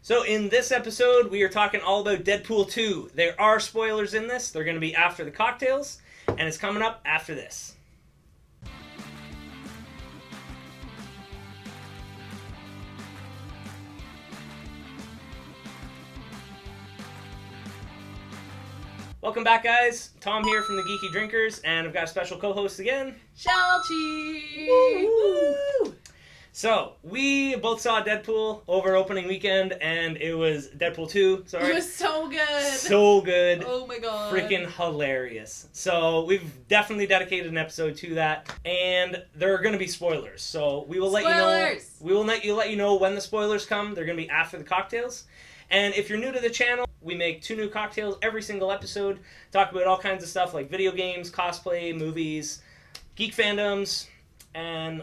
So in this episode, we are talking all about Deadpool 2. There are spoilers in this. They're going to be after the cocktails, and it's coming up after this. Welcome back, guys. Tom here from the Geeky Drinkers, and I've got a special co-host again. Shelchie! Woo! So we both saw Deadpool over opening weekend, and it was Deadpool 2. Sorry, It was so good. so good. oh my god. freaking hilarious. So we've definitely dedicated an episode to that, and there are going to be spoilers. So we will let you know. Spoilers! We will let you let you know when the spoilers come. They're going to be after the cocktails. And if you're new to the channel, we make two new cocktails every single episode. Talk about all kinds of stuff like video games, cosplay, movies, geek fandoms, and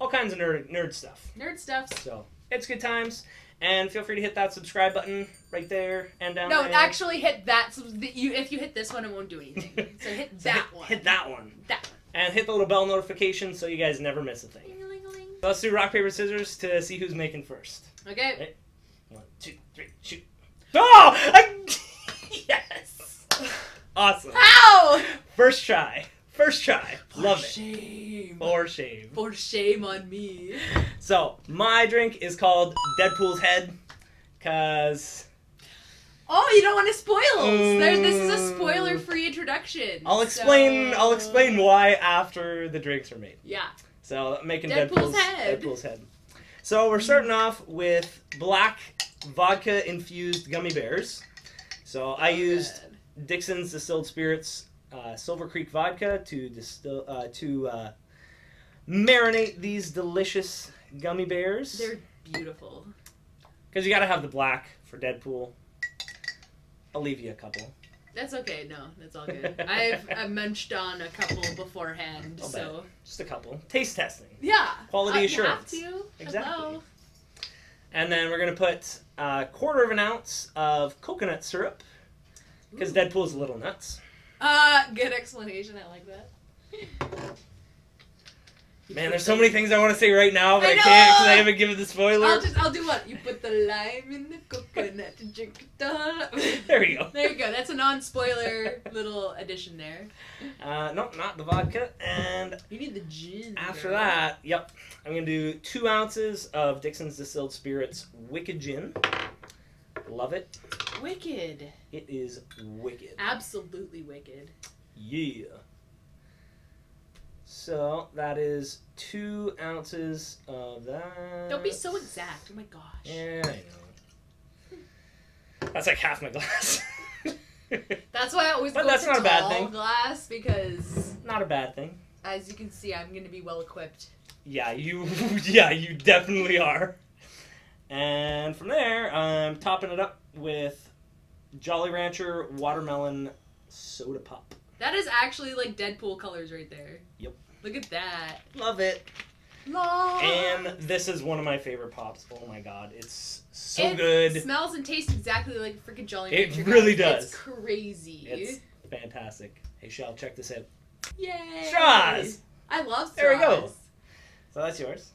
all kinds of nerd nerd stuff. Nerd stuff. So it's good times. And feel free to hit that subscribe button right there and down No, there. actually hit that. So that you, if you hit this one, it won't do anything. So hit So that hit, one. Hit that one. That And hit the little bell notification so you guys never miss a thing. one. So let's do rock, paper, scissors to see who's making first. Okay. One, two, three, shoot. Oh! I- yes! Awesome. Ow! First try. First try. Love For it. shame. Or shave. For shame on me. So, my drink is called Deadpool's Head. Because Oh, you don't want to spoil. There, this is a Mm. spoiler-free introduction. I'll explain so- I'll explain uh, why after the drinks are made. Yeah. So making Deadpool's, Deadpool's Deadpool's head. head. So we're starting off with black vodka infused gummy bears. So I used Good. Dixon's distilled spirits, uh, Silver Creek vodka to distill uh, to uh, marinate these delicious gummy bears. They're beautiful. Because you got to have the black for Deadpool. I'll leave you a couple. That's okay. No, that's all good. I've I munched on a couple beforehand, I'll bet. so Just a couple. Taste testing. yeah. Quality Uh, assurance. You have to. Exactly. Hello. And then we're going to put a quarter of an ounce of coconut syrup. Because Ooh. Deadpool's a little nuts. Uh, good explanation. I like that. Man, there's so many things I want to say right now, but I, I can't because know! I haven't given the I'll spoiler. just I'll do what you put the lime in the coconut and drink the. There we go. There you go. That's a non-spoiler little addition there. Uh, nope, not the vodka. And You need the gin. after girl. that, yep, I'm gonna do two ounces of Dixon's Distilled Spirits Wicked Gin. Love it. wicked, It is wicked. absolutely wicked. Yeah. So that is two ounces of that. Don't be so exact. Oh my gosh. Yeah, I know. That's like half my glass. That's why I always But go that's to not a bad tall thing. glass because, not a bad thing. as you can see, I'm gonna be well equipped. Yeah, you yeah, you definitely are. And from there, I'm topping it up with Jolly Rancher watermelon soda pop. That is actually like Deadpool colors right there. Yep. Look at that. Love it. Lol. And this is one of my favorite pops. Oh my god, it's so It good. Smells and tastes exactly like freaking Jolly It Rancher. really guys. does. It's crazy. It's fantastic. Hey, Shell, check this out. Yay. Straws. I love straws. There we go. So that's yours.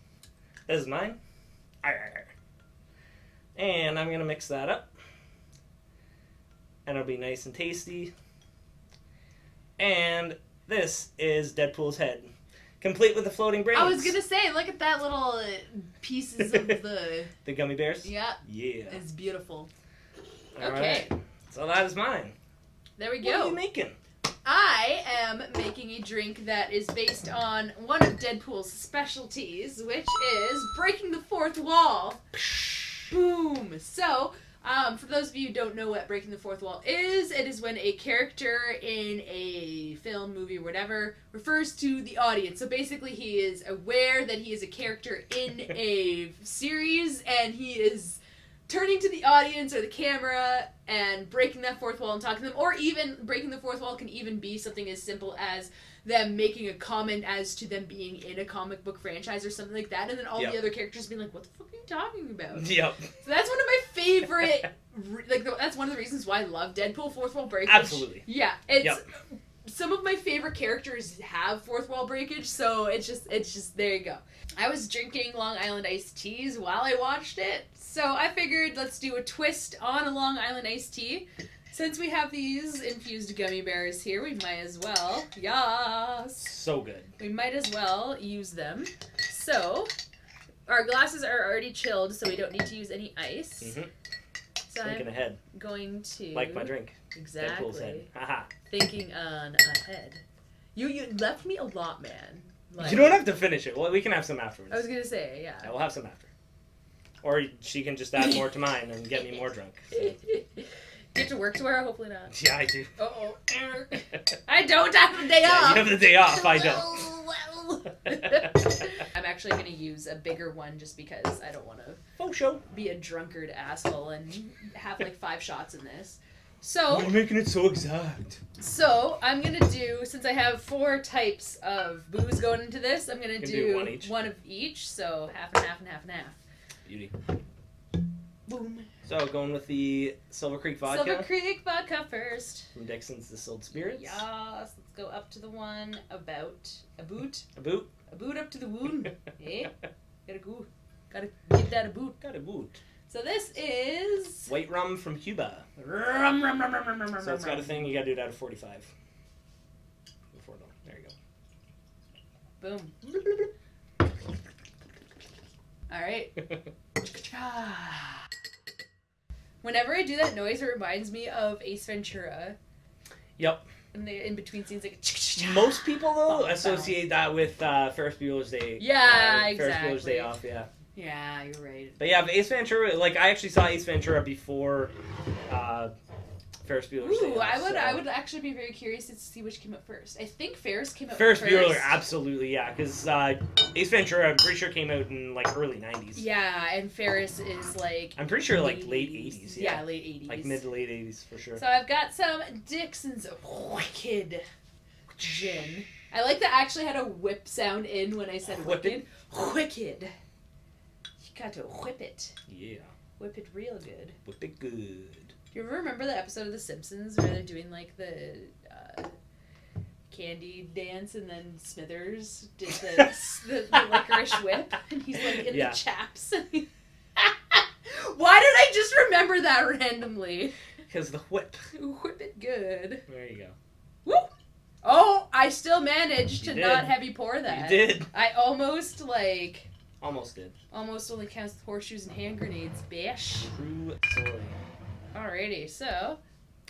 This is mine. Arr. And I'm gonna mix that up. And it'll be nice and tasty. And this is Deadpool's head. Complete with the floating brains. I was gonna say, look at that little uh, pieces of the. The gummy bears? Yeah, Yeah. it's beautiful. All okay. right. So that is mine. There we What are go. you making? I am making a drink that is based on one of Deadpool's specialties, which is breaking the fourth wall. Boom. So, um, for those of you who don't know what breaking the fourth wall is, it is when a character in a film, movie, or whatever refers to the audience. So basically, he is aware that he is a character in a series and he is turning to the audience or the camera and breaking that fourth wall and talking to them, or even breaking the fourth wall can even be something as simple as them making a comment as to them being in a comic book franchise or something like that, and then all Yep. the other characters being like, "What the fuck are you talking about?" Yep. So that's one of my favorite. re- like the, that's one of the reasons why I love Deadpool fourth wall breakage. Absolutely. Yeah, it's some of my favorite characters have fourth wall breakage, so it's just it's just there you go. I was drinking Long Island iced teas while I watched it, So I figured let's do a twist on a Long Island iced tea. Since we have these infused gummy bears here, we might as well. Yas. So good. We might as well use them. So, our glasses are already chilled, so we don't need to use any ice. Mhm. So Thinking I'm ahead, going to like my drink. Deadpool's head. exactly Haha. thinking on ahead. You you left me a lot, man. Like, you don't have to finish it. Well, we can have some afterwards. I was gonna say yeah. Yeah, we'll have some after. Or she can just add more to mine and get me more drunk. So- Get to work tomorrow. Hopefully not. Yeah, I do. Oh, yeah, I don't have a day off. you have the day off. I don't. don't. I'm actually gonna use a bigger one just because I don't want to Oh, show. be a drunkard asshole and have like five shots in this. So, making it so exact. so I'm gonna do since I have four types of booze going into this, I'm gonna Can do, do one each. of each. So half and half and half and half. Beauty. Boom. So going with the Silver Creek vodka Silver Creek vodka first. from Dixon's Distilled Spirits. Yes. Let's go up to the one about a boot. A boot. A boot up to the wound. eh? Gotta go. Gotta give that a boot. Got a boot. So this is. White rum from Cuba. Rum, rum, rum, rum, rum, rum, So it's rum. got a thing. You gotta do it out of 45. Before dawn. There you go. Boom. All right. Whenever I do that noise, it reminds me of Ace Ventura. Yep. And the in between scenes, like Most people though Bum, associate that with uh, Ferris Bueller's Day. Yeah, uh, Ferris Bueller's exactly. Day Off. Yeah. Yeah, you're right. But yeah, but Ace Ventura. Like I actually saw Ace Ventura before uh, Ferris Bueller's Day Ooh, Off, I would, so- I would actually be very curious to see which came up first. I think Ferris came up Ferris first. Bueller, absolutely, yeah, because uh, Ace Ventura, I'm pretty sure came out in like early '90s. Yeah, and Ferris is like. I'm pretty sure like late eighties. '80s, yeah, late eighties. like mid to late '80s for sure. So I've got some Dixon's Wicked Gin. I like that I actually had a whip sound in when I said Whip wicked. Wicked. You got to whip it. yeah, Whip it real good. whip it good. Do you ever remember the episode of The Simpsons where they're doing like the uh, candy dance and then Smithers did the, the, the licorice whip and he's like in Yeah. the chaps? Why did I just remember that randomly? Because the whip. Whip it good. There you go. Whoop. Oh, I still managed You to did. not heavy pour that. You did, I almost like almost did. almost only counts with horseshoes and hand grenades, bish. True story. Alrighty, so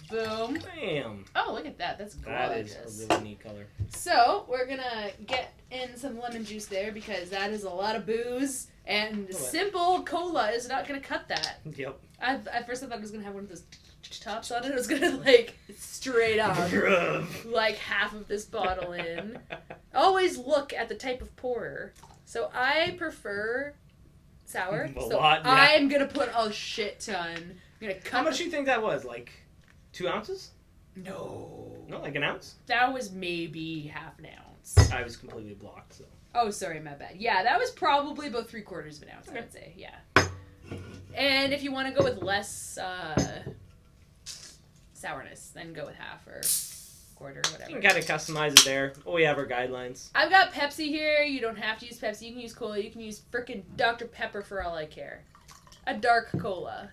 boom. Bam. Oh, look at that. That's gorgeous. That is a really neat color. So we're gonna get in some lemon juice there because that is a lot of booze and Oh, what? simple cola is not gonna cut that. Yep. I at first I thought it was gonna have one of those tops on it. It was gonna like straight up like half of this Um, bottle in. always look at the type of pourer. So I prefer sour. A so lot, yeah. I'm gonna put a shit ton. I'm gonna cut. How much the- do you think that was? Like two ounces? No. No, like an ounce? That was maybe half an ounce. I was completely blocked, so. Oh, sorry, my bad. Yeah, that was probably about three quarters of an ounce. Okay. I would say, yeah. And if you want to go with less uh, sourness, then go with half or quarter, You can whatever. kind of customize it there. We have our guidelines. I've got Pepsi here. You don't have to use Pepsi. You can use cola. You can use frickin' Dr. Pepper for all I care. A dark cola.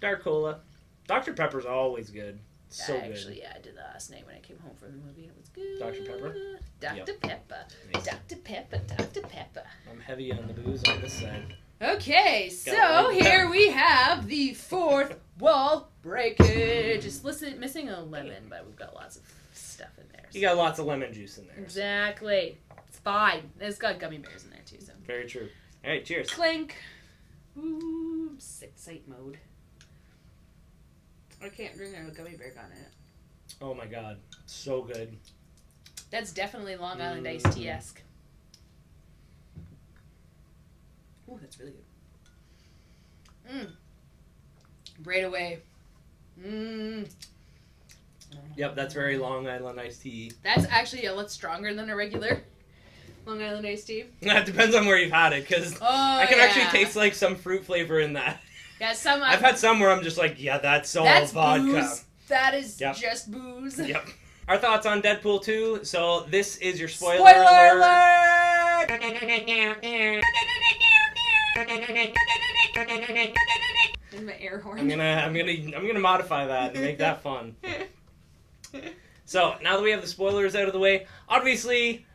Dark cola. Dr. Pepper's always good. So I good. actually, yeah, I did that last night when I came home from the movie and it was good. Dr. Pepper? Dr. Pepper. Nice. Dr. Pepper. Dr. Pepper. I'm heavy on the booze on this side. Okay, Gotta so write it here down. we have the fourth wall breakage. Just listen, missing a lemon, but we've got lots of stuff in there. You got lots of lemon juice in there. so- Exactly. It's fine. It's got gummy bears in there too, so. Very true. All right, cheers. Clink. Ooh, excite mode. I can't drink out of a gummy bear on it. Oh my god. So good. That's definitely Long Island Mm. iced tea esque. Ooh, that's really good. Mmm. Right away. Mmm. Yep, that's very Long Island iced tea. That's actually a lot stronger than a regular Long Island iced tea. That depends on where you've had it, because Oh, I can yeah. actually taste like some fruit flavor in that. Yeah, some. I've had some where I'm just like, yeah, that's all that's vodka. booze. That is Yep. just booze. Yep. Our thoughts on Deadpool 2. So this is your spoiler, Spoiler alert. in my air horn. I'm gonna I'm gonna I'm gonna modify that and make that fun. So now that we have the spoilers out of the way, obviously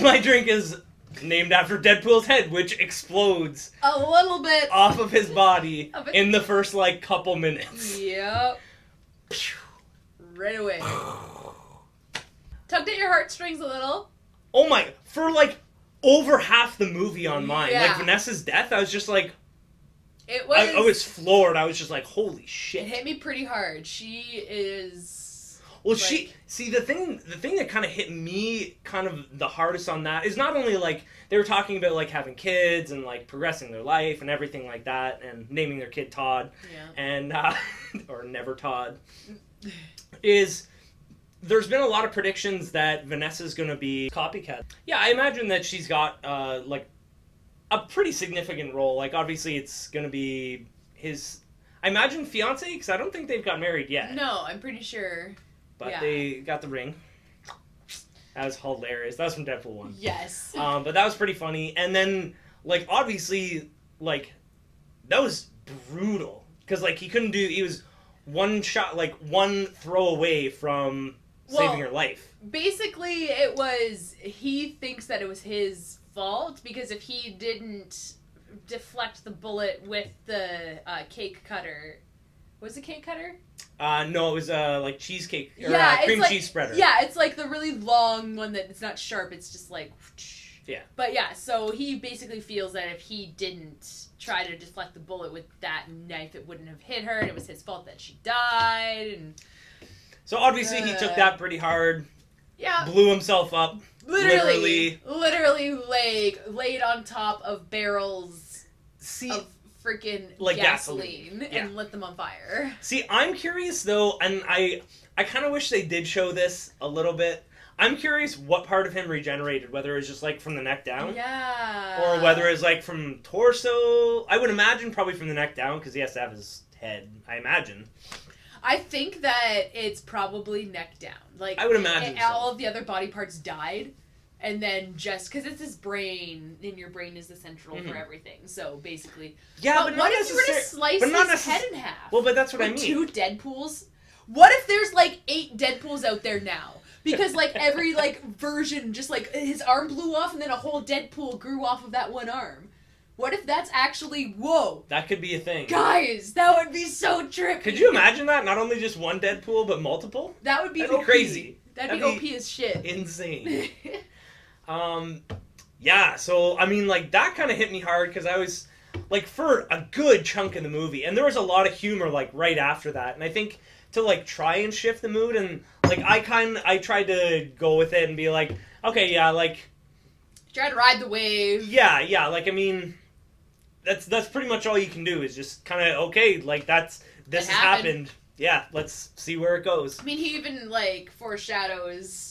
my drink is named after Deadpool's head, which explodes a little bit. off of his body Of it. in the first like couple minutes. Yep. Right away. Tugged at your heartstrings a little. Oh my! For like over half the movie on mine, Yeah. like Vanessa's death, I was just like, It was. I, I was floored. I was just like, holy It shit! hit me pretty hard. She is. Well, she Like- see the thing. The thing that kind of hit me kind of the hardest on that is not only like they were talking about like having kids and like progressing their life and everything like that, and naming their kid Todd Yeah. and uh, or never Todd is. There's been a lot of predictions that Vanessa's going to be copycat. Yeah, I imagine that she's got uh, like a pretty significant role. Like obviously, it's going to be his. I imagine fiance because I don't think they've got married yet No, I'm pretty sure. but Yeah. they got the ring. That was hilarious. That was from Deadpool one. Yes. Um, but that was pretty funny. And then, like, obviously, like, that was brutal because like he couldn't do. He was one shot, like one throw away from Well- saving her life. Basically, it was. He thinks that it was his fault because if he didn't deflect the bullet with the uh, cake cutter. Was it cake cutter? Uh, no, it was uh like cheesecake or Yeah, uh, it's cream like- cheese spreader. Yeah, it's like the really long one that it's not sharp. It's just like. Yeah. But yeah, so he basically feels that if he didn't try to deflect the bullet with that knife, it wouldn't have hit her, and it was his fault that she died. And So obviously he took Uh. that pretty hard, yeah, blew himself up. literally, literally, laid laid on top of barrels See, of freaking Like gasoline, gasoline, and lit them on fire. See, I'm curious though, and I I kind of wish they did show this a little bit. I'm curious what part of him regenerated, whether it was just like from the neck down, Yeah. or whether it's like from torso. I would imagine probably from the neck down because he has to have his head. I imagine. I think that it's probably neck down. Like I would imagine and so. all of the other body parts died, and then just because it's his brain, and your brain is the central for Mhm. everything. So basically, Yeah, but, but, not what if you were to necessarily. slice but not his necess- head in half? Well, but that's what I mean. With Two Deadpool's. What if there's like eight Deadpool's out there now? Because like every like version, just like his arm blew off, and then a whole Deadpool grew off of that one arm. What if that's actually whoa, That could be a thing. guys? That would be so trippy. Could you imagine that? Not only just one Deadpool, but multiple. That would be, That'd be OP. crazy. That'd, That'd be, OP as shit. Insane. Um, yeah. So I mean, like that kind of hit me hard because I was like for a good chunk of the movie, and there was a lot of humor like right after that, and I think to like try and shift the mood and like I kind I tried to go with it and be like, okay, yeah, like Try to ride the wave. yeah, yeah, like I mean, that's that's pretty much all you can do is just kind of okay, like that's this It has happened. happened. Yeah, let's see where it goes. I mean, he even like foreshadows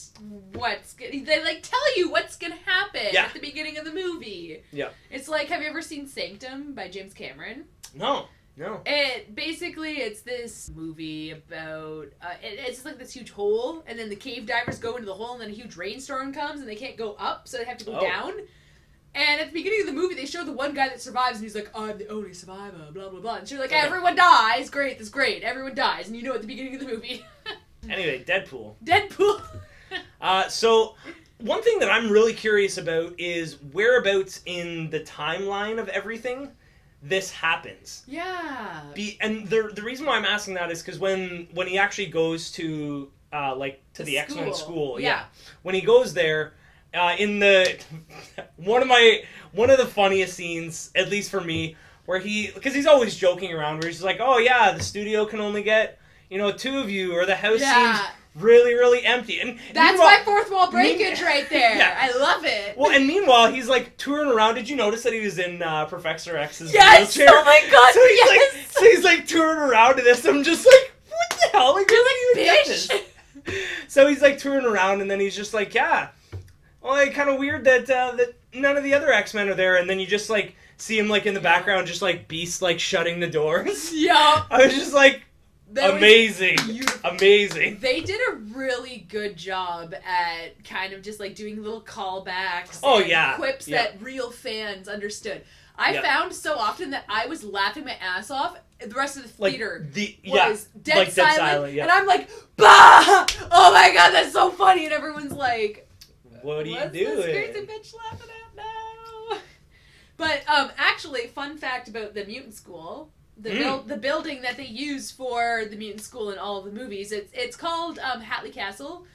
what's going they like tell you what's gonna happen Yeah. at the beginning of the movie. Yeah. It's like, have you ever seen Sanctum by James Cameron? No, no. It basically it's this movie about uh, it, it's just like this huge hole, and then the cave divers go into the hole, and then a huge rainstorm comes, and they can't go up, so they have to go Oh. down. And at the beginning of the movie, they show the one guy that survives, and he's like, "I'm the only survivor," blah blah blah. And she's like, Okay. "Everyone dies, great, that's great. Everyone dies," and you know at the beginning of the movie, Anyway, Deadpool. Deadpool. Uh, so, one thing that I'm really curious about is whereabouts in the timeline of everything this happens. Yeah. Be, and the the reason why I'm asking that is because when when he actually goes to uh, like to the, X Men school, yeah. when he goes there. Uh, in the one of my one of the funniest scenes, at least for me, where he because he's always joking around, where he's just like, "Oh yeah, the studio can only get you know two of you, or the house Yeah. seems really really empty." And That's meanwhile- my fourth wall breakage mean- right there. Yeah. I love it. well, and meanwhile, he's like touring around. Did you notice that he was in uh, Professor X's yes. wheelchair? Oh my god. so he's yes. like, so he's like touring around to this. I'm just like, what the hell? Like, You're where do you like, get this? bitch. So he's like touring around, and then he's just like, yeah. Well, like, kind of weird that uh, that none of the other X Men are there, and then you just like see him like in the Yeah. background, just like Beast like shutting the doors. Yup. I was just like, That was amazing, beautiful. amazing. They did a really good job at kind of just like doing little callbacks. Oh, and yeah. quips Yeah. that real fans understood. I Yep. found so often that I was laughing my ass off. The rest of the Like theater the yeah, was dead like dead silent, silent, yeah. and I'm like, bah! Oh my god, that's so funny, and everyone's like, what are you What's doing? this crazy bitch laughing at now? But um, actually, fun fact about the mutant school. The, Mm. buil- the building that they use for the mutant school in all of the movies it's it's called um, Hatley Castle,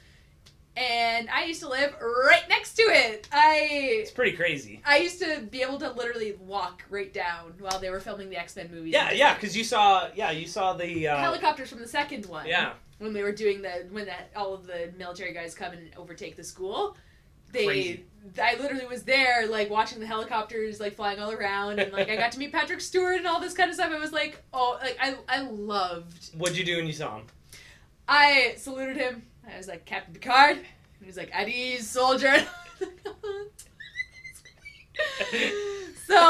and I used to live right next to it. I It's pretty crazy. I used to be able to literally walk right down while they were filming the X Men movies. Yeah, yeah, because you saw yeah you saw the uh, helicopters from the second one. yeah when they were doing the when that all of the military guys come and overtake the school they Crazy. i literally was there like watching the helicopters like flying all around and like i got to meet patrick stewart and all this kind of stuff i was like oh like i i loved what'd you do when you saw him? i saluted him i was like captain picard and he was like at ease soldier so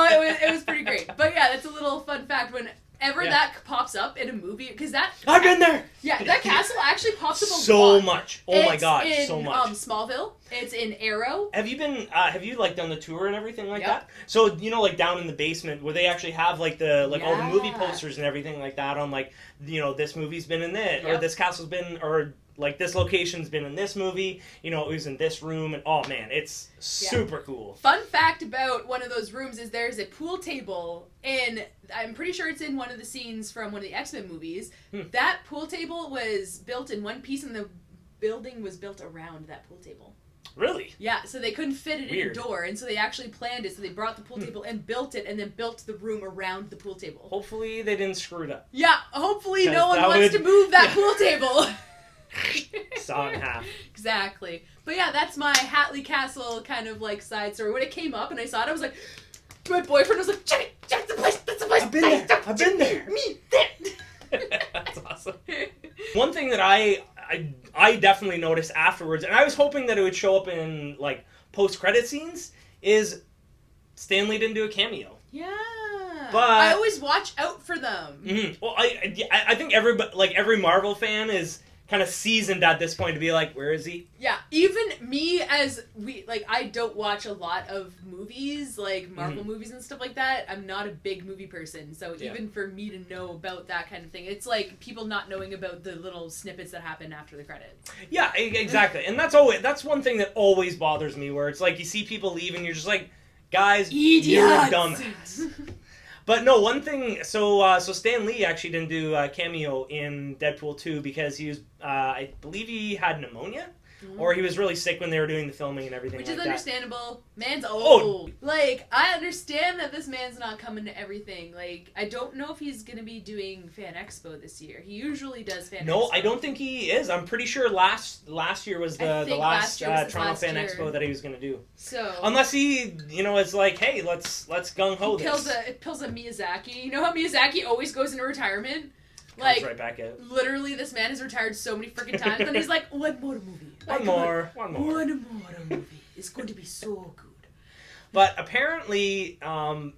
it was, it was pretty great but yeah that's a little fun fact whenever Yeah. that pops up in a movie, because that I've been there yeah that castle actually pops up a lot. so much. Oh my It's god, in, so much. Um, Smallville. It's in Arrow. Have you been? Uh, have you like done the tour and everything like Yep. that? So you know, like down in the basement where they actually have like the like all the movie Yeah. posters and everything like that on like you know this movie's been in it or Yep. this castle's been or like this location's been in this movie. You know, it was in this room and oh man, it's super cool. Fun fact about one of those rooms is there's a pool table in. I'm pretty sure it's in one of the scenes from one of the X Men movies. Hmm. That pool table was built in one piece, and the building was built around that pool table. Really? Yeah, so they couldn't fit it Weird. indoor, and so they actually planned it. So they brought the pool Hmm. table and built it, and then built the room around the pool table. Hopefully they didn't screw it up. Yeah, hopefully no 'Cause one that would- wants to move that pool table. Saw it in half. Exactly. But yeah, that's my Hatley Castle kind of like side story. When it came up and I saw it, I was like, my boyfriend was like, Jenny, that's the place, that's the place. I've been there, I've been there." Me, that. That's awesome. One thing that I, I I definitely noticed afterwards, and I was hoping that it would show up in like post credit scenes, is Stanley didn't do a cameo. yeah. But- I always watch out for them. hmm Well, I, I I think every like every Marvel fan is kind of seasoned at this point to be like, where is he? Yeah, even me as we like I don't watch a lot of movies, like Marvel movies and stuff like that. I'm not a big movie person, so Mm-hmm. Yeah. even for me to know about that kind of thing, it's like people not knowing about the little snippets that happen after the credits. Yeah, e- exactly. And that's always that's one thing that always bothers me, where it's like you see people leave and you're just like, guys, you're dumbass. But no, one thing. So uh, so Stan Lee actually didn't do a cameo in Deadpool two because he was uh, I believe he had pneumonia or he was really sick when they were doing the filming and everything Which like is that. understandable. Man's Oh. old. Like, I understand that this man's not coming to everything. Like, I don't know if he's gonna be doing Fan Expo this year. He usually does Fan No, Expo. I don't think he is. I'm pretty sure last last year was I the, the think last, last year was uh, his Toronto last Fan year. Expo that he was going to do. So Unless he, you know, is like, hey, let's let's gung ho he this. pills a it pills a Miyazaki. You know how Miyazaki always goes into retirement? Comes Like right back out. literally this man has retired so many freaking times and he's like, one more movie. One Like, more, one more. One more movie. It's going to be so good. But apparently, um,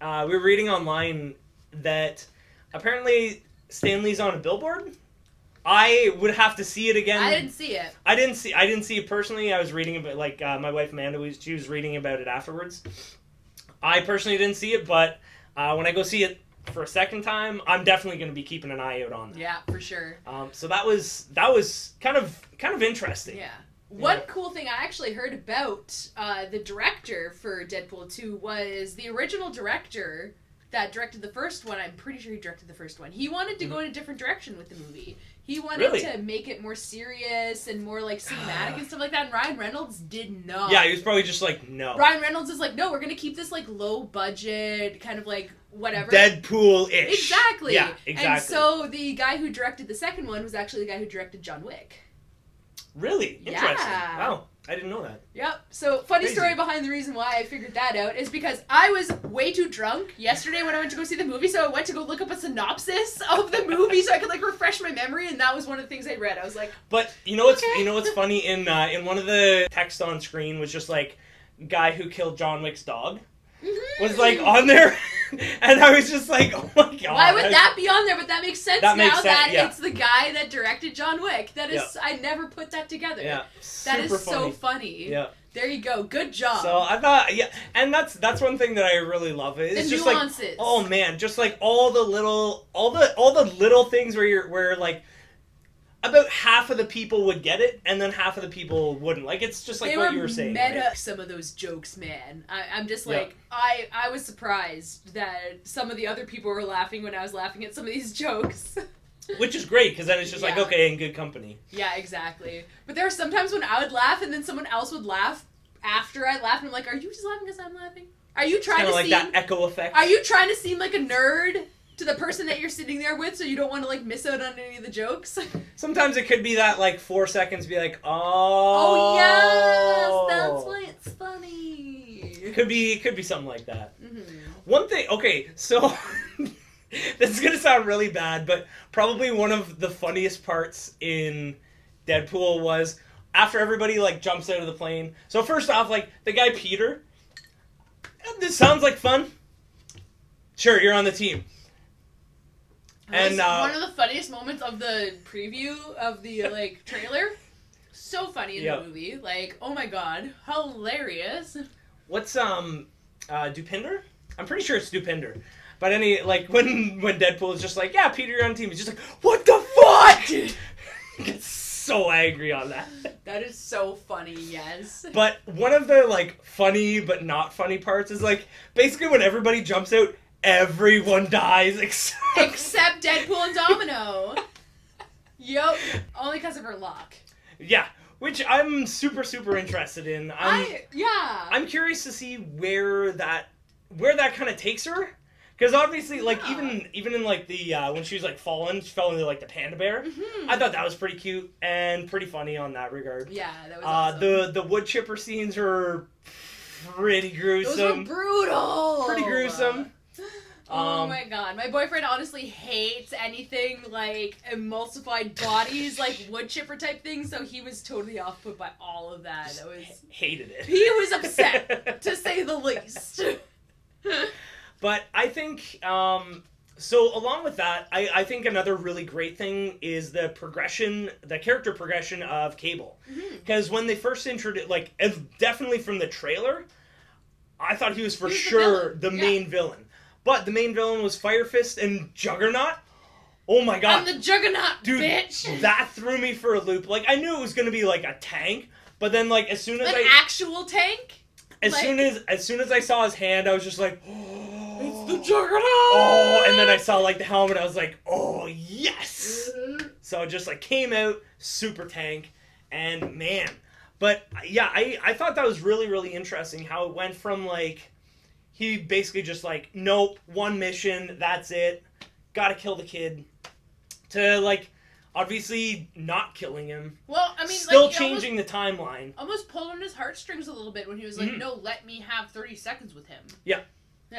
uh, we were reading online that apparently Stanley's on a billboard. I would have to see it again. I didn't see it. I didn't see. I didn't see it personally. I was reading about like uh, my wife Amanda. Was, she was reading about it afterwards. I personally didn't see it, but uh, when I go see it for a second time, I'm definitely going to be keeping an eye out on that. Yeah, for sure. Um, so that was that was kind of kind of interesting. Yeah. One cool thing I actually heard about uh, the director for Deadpool 2 was the original director that directed the first one. I'm pretty sure he directed the first one. He wanted to go in a different direction with the movie. He wanted Mm-hmm. Really? to make it more serious and more like cinematic and stuff like that. And Ryan Reynolds did not. Yeah, he was probably just like no. Ryan Reynolds is like, no, we're gonna keep this like low budget, kind of like whatever. Deadpool ish. Exactly. Yeah, exactly. And so the guy who directed the second one was actually the guy who directed John Wick. really interesting. Yeah. Wow, I didn't know that. Yep. So, funny Crazy. story behind the reason why I figured that out is because I was way too drunk yesterday when I went to go see the movie, so I went to go look up a synopsis of the movie so I could like refresh my memory, and that was one of the things I read. I was like, But you know what's Okay. you know what's funny in uh, in one of the text on screen was just like guy who killed John Wick's dog. was like on there, and I was just like, oh my god. Why would that be on there? But that makes sense That now makes sense, that yeah. it's the guy that directed John Wick. That is, I never put that together. Yeah, That is super funny. so funny. Yeah, There you go. Good job. So I thought, yeah, and that's that's one thing that I really love. It's the just like, nuances. oh man, just like all the little, all the all the little things where you're where like about half of the people would get it, and then half of the people wouldn't. Like it's just like they what were you were saying. meta. right? Some of those jokes, man. I, I'm just Yeah. like I. I was surprised that some of the other people were laughing when I was laughing at some of these jokes. which is great because then it's just like Yeah. okay, in good company. yeah, exactly. But there were sometimes when I would laugh and then someone else would laugh after I laughed. And I'm like, are you just laughing because I'm laughing? Are you It's trying kind to of like seem? that echo effect. Are you trying to seem like a nerd to the person that you're sitting there with, so you don't want to like miss out on any of the jokes? Sometimes it could be that like four seconds, be like, Oh, oh, yes, that's why it's funny. Could be could be something like that. Mhm. One thing, okay, so this is gonna sound really bad, but probably one of the funniest parts in Deadpool was after everybody like jumps out of the plane. So first off, like the guy Peter, "Eh, this sounds like fun. Sure, you're on the team. That was And, uh, one of the funniest moments of the preview of the like trailer. So funny in Yeah. the movie. Like, oh my god, hilarious. What's um, uh, Dupinder? I'm pretty sure it's Dupinder. But any like when when Deadpool is just like, yeah, Peter, you're on the team. He's just like, what the fuck? Gets so angry on that. That is so funny, yes. But one of the like funny but not funny parts is like basically when everybody jumps out, everyone dies except, Except Deadpool and Domino. Yup. Only because of her luck. yeah, which I'm super super interested in. I'm I yeah. Um, I'm curious to see where that where that kind of takes her because obviously like Yeah. even even in like the uh, when she was like fallen, she fell into like the panda bear. Mhm. I thought that was pretty cute and pretty funny on that regard. yeah, that was Uh, awesome. the the wood chipper scenes are pretty Those gruesome. were brutal. pretty gruesome. Oh Um, my god, my boyfriend honestly hates anything like emulsified bodies, like wood chipper type things. So he was totally off put by all of that. That was H- hated it. he was upset to say the least. But I think um, so. Along with that, I, I think another really great thing is the progression, the character progression of Cable. Mhm. Because when they first introduced, like, it's definitely from the trailer, I thought he was for He was the sure villain, the, yeah. main villain. But the main villain was Fire Fist and Juggernaut. Oh my god, I'm the juggernaut, dude, bitch. that threw me for a loop. Like, I knew it was gonna be like a tank, but then like as soon as An I actual tank. as Like- soon as as soon as I saw his hand, I was just like, it's juggernaut. Oh, and then I saw like the helmet. I was like, oh yes. So it just like came out super tank, and man, but yeah, I I thought that was really really interesting how it went from like he basically just like nope one mission that's it, gotta kill the kid, to like obviously not killing him, Well, I mean, still like, he almost- changing the timeline. Almost pulled on his heartstrings a little bit when he was like, Mhm. "No, let me have thirty seconds with him." Yeah.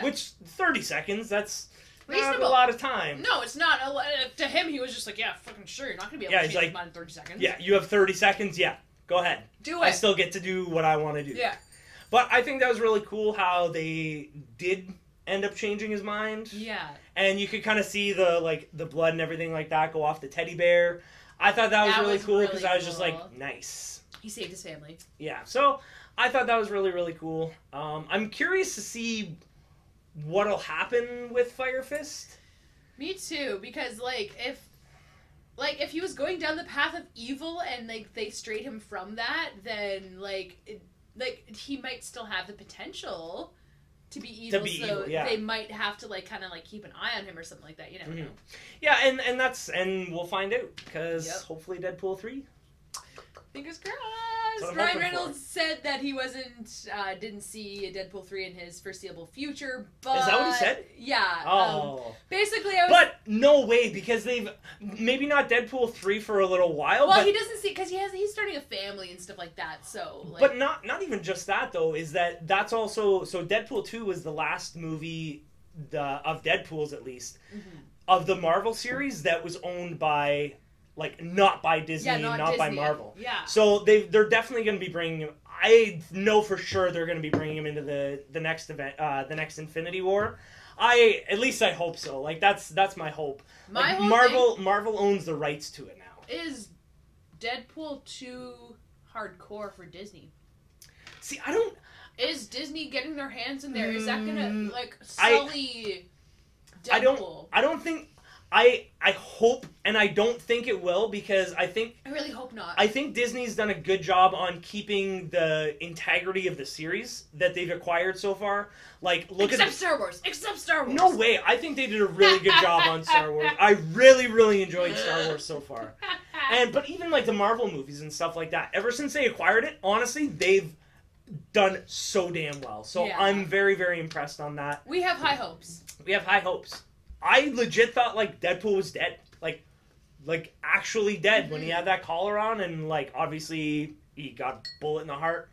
Which thirty seconds that's not Reasonable. a lot of time. No, it's not. Uh, To him, he was just like, "Yeah, fucking sure, you're not gonna be able Yeah, to he's change like- mine in thirty seconds." Yeah, you have thirty seconds. Yeah, go ahead. do it. I still get to do what I want to do. yeah, But I think that was really cool how they did end up changing his mind. yeah. And you could kind of see the like the blood and everything like that go off the teddy bear. I thought that was That really was cool really because I was just cool. like, nice. He saved his family. Yeah. So I thought that was really, really cool. Um, I'm curious to see what'll happen with Fire Fist. Me too, because like if, like if he was going down the path of evil and like they strayed him from that, then like, it, like he might still have the potential to be evil. be so evil, yeah. they might have to like kind of like keep an eye on him or something like that. You never Mhm. know. Yeah, and, and that's and we'll find out because Yep. hopefully Deadpool three. Fingers That's crossed. what I'm Ryan hoping Reynolds said that he wasn't, uh, didn't see a Deadpool three in his foreseeable future. But Is that what he said? Yeah. um, Oh. basically, I was. But no way, because they've maybe not Deadpool three for a little while, well, but, he doesn't see because he has he's starting a family and stuff like that. So like, but not not even just that though. Is that that's also so Deadpool two was the last movie the of Deadpool's at least Mhm. of the Marvel series that was owned by like not by Disney, yeah, not, by Disney. Marvel. Yeah. So they they're definitely going to be bringing him. I know for sure they're going to be bringing him into the the next event, uh, the next Infinity War. I at least I hope so. Like that's that's my hope. My like, whole Marvel Marvel owns the rights to it now. thing is Deadpool two hardcore for Disney. See, I don't. Is Disney getting their hands in there? Is that gonna Mm, like I- sully Deadpool? I don't- I don't think. I I hope and I don't think it will because I think I really hope not. I think Disney's done a good job on keeping the integrity of the series that they've acquired so far. Like look except at Star Wars. Except Star the, Wars. no way. I think they did a really good job on Star Wars. I really really enjoyed Star Wars so far. And but even like the Marvel movies and stuff like that. Ever since they acquired it, honestly, they've done so damn well. So Yeah. I'm very very impressed on that. we have high hopes. We have high hopes. I legit thought like Deadpool was dead, like, like actually dead when he Mhm. had that collar on, and like obviously he got a bullet in the heart.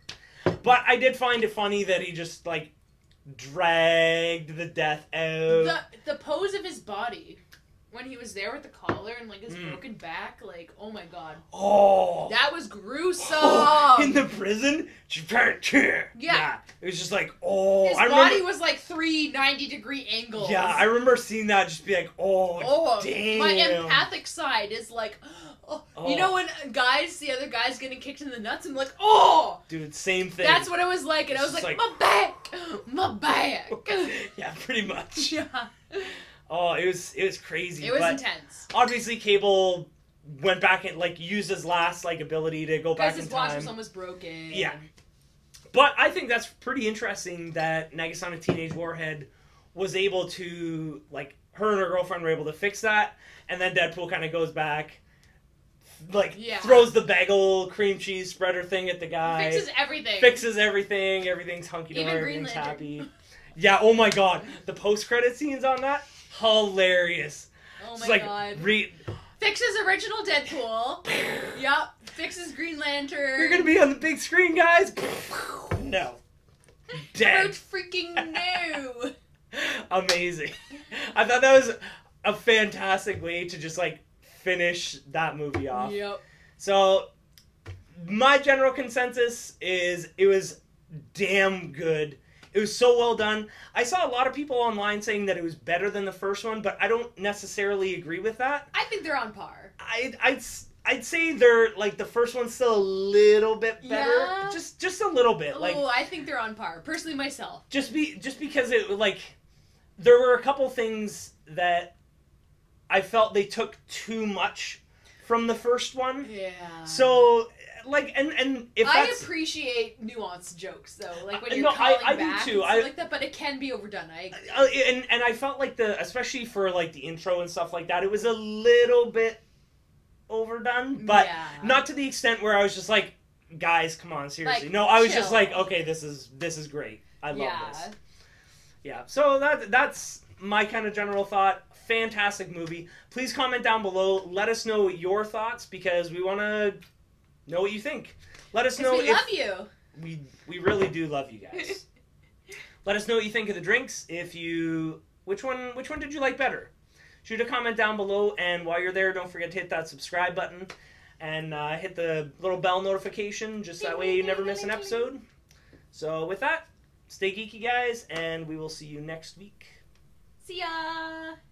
But I did find it funny that he just like dragged the death out. The the pose of his body when he was there with the collar and like his Mm. broken back, like oh my god, oh, that was gruesome. Oh, in the prison. Japan, yeah. Yeah. it was just like oh, his I body remember. was like three ninety degree angles. Yeah, I remember seeing that. Just be like, oh, Oh, damn. my empathic side is like, oh, you Oh. know when guys see other guys getting kicked in the nuts, I'm like, oh, dude, same thing. that's what it was like, and I It's was like, just my back, my back. yeah, pretty much. yeah, Oh, it was it was crazy. it was but intense obviously Cable went back and like used his last like ability to go because back in his watch time. was almost broken. Yeah. But I think that's pretty interesting that Nagasonic Teenage Warhead was able to like her and her girlfriend were able to fix that, and then Deadpool kind of goes back, like Yeah. throws the bagel cream cheese spreader thing at the guy, fixes everything. fixes everything, everything's hunky dory, Even Green everything's Lantern. happy. Yeah. Oh my God, the post credit scenes on that hilarious. oh It's my like god, re- fixes original Deadpool. yep, fixes Green Lantern. you're gonna be on the big screen, guys. no, Road dead. freaking no. Amazing. I thought that was a fantastic way to just like finish that movie off. yep. So my general consensus is it was damn good. It was so well done. I saw a lot of people online saying that it was better than the first one, but I don't necessarily agree with that. I think they're on par. I'd, I'd s- I'd say they're like the first one's still a little bit better, Yeah. just just a little bit. Like oh, I think they're on par. Personally, myself. just be just because it like there were a couple things that I felt they took too much from the first one. Yeah. So like and and if I that's appreciate nuanced jokes though, like when Uh, you're no, I- calling I do back too. and stuff I- like that, but it can be overdone. I agree. uh, and and I felt like the especially for like the intro and stuff like that, it was a little bit overdone, but Mm, yeah. not to the extent where I was just like, guys, come on, seriously. Like, no, I was just chill. like, okay, this is this is great. I love yeah. this. Yeah. So that that's my kind of general thought. Fantastic movie. Please comment down below. Let us know your thoughts because we want to know what you think. Let us 'Cause know we if love you. we we really do love you guys. Let us know what you think of the drinks. If you which one which one did you like better? Shoot a comment down below, and while you're there, don't forget to hit that subscribe button and uh, hit the little bell notification. Just that way you never miss an episode. So with that, stay geeky, guys, and we will see you next week. See ya.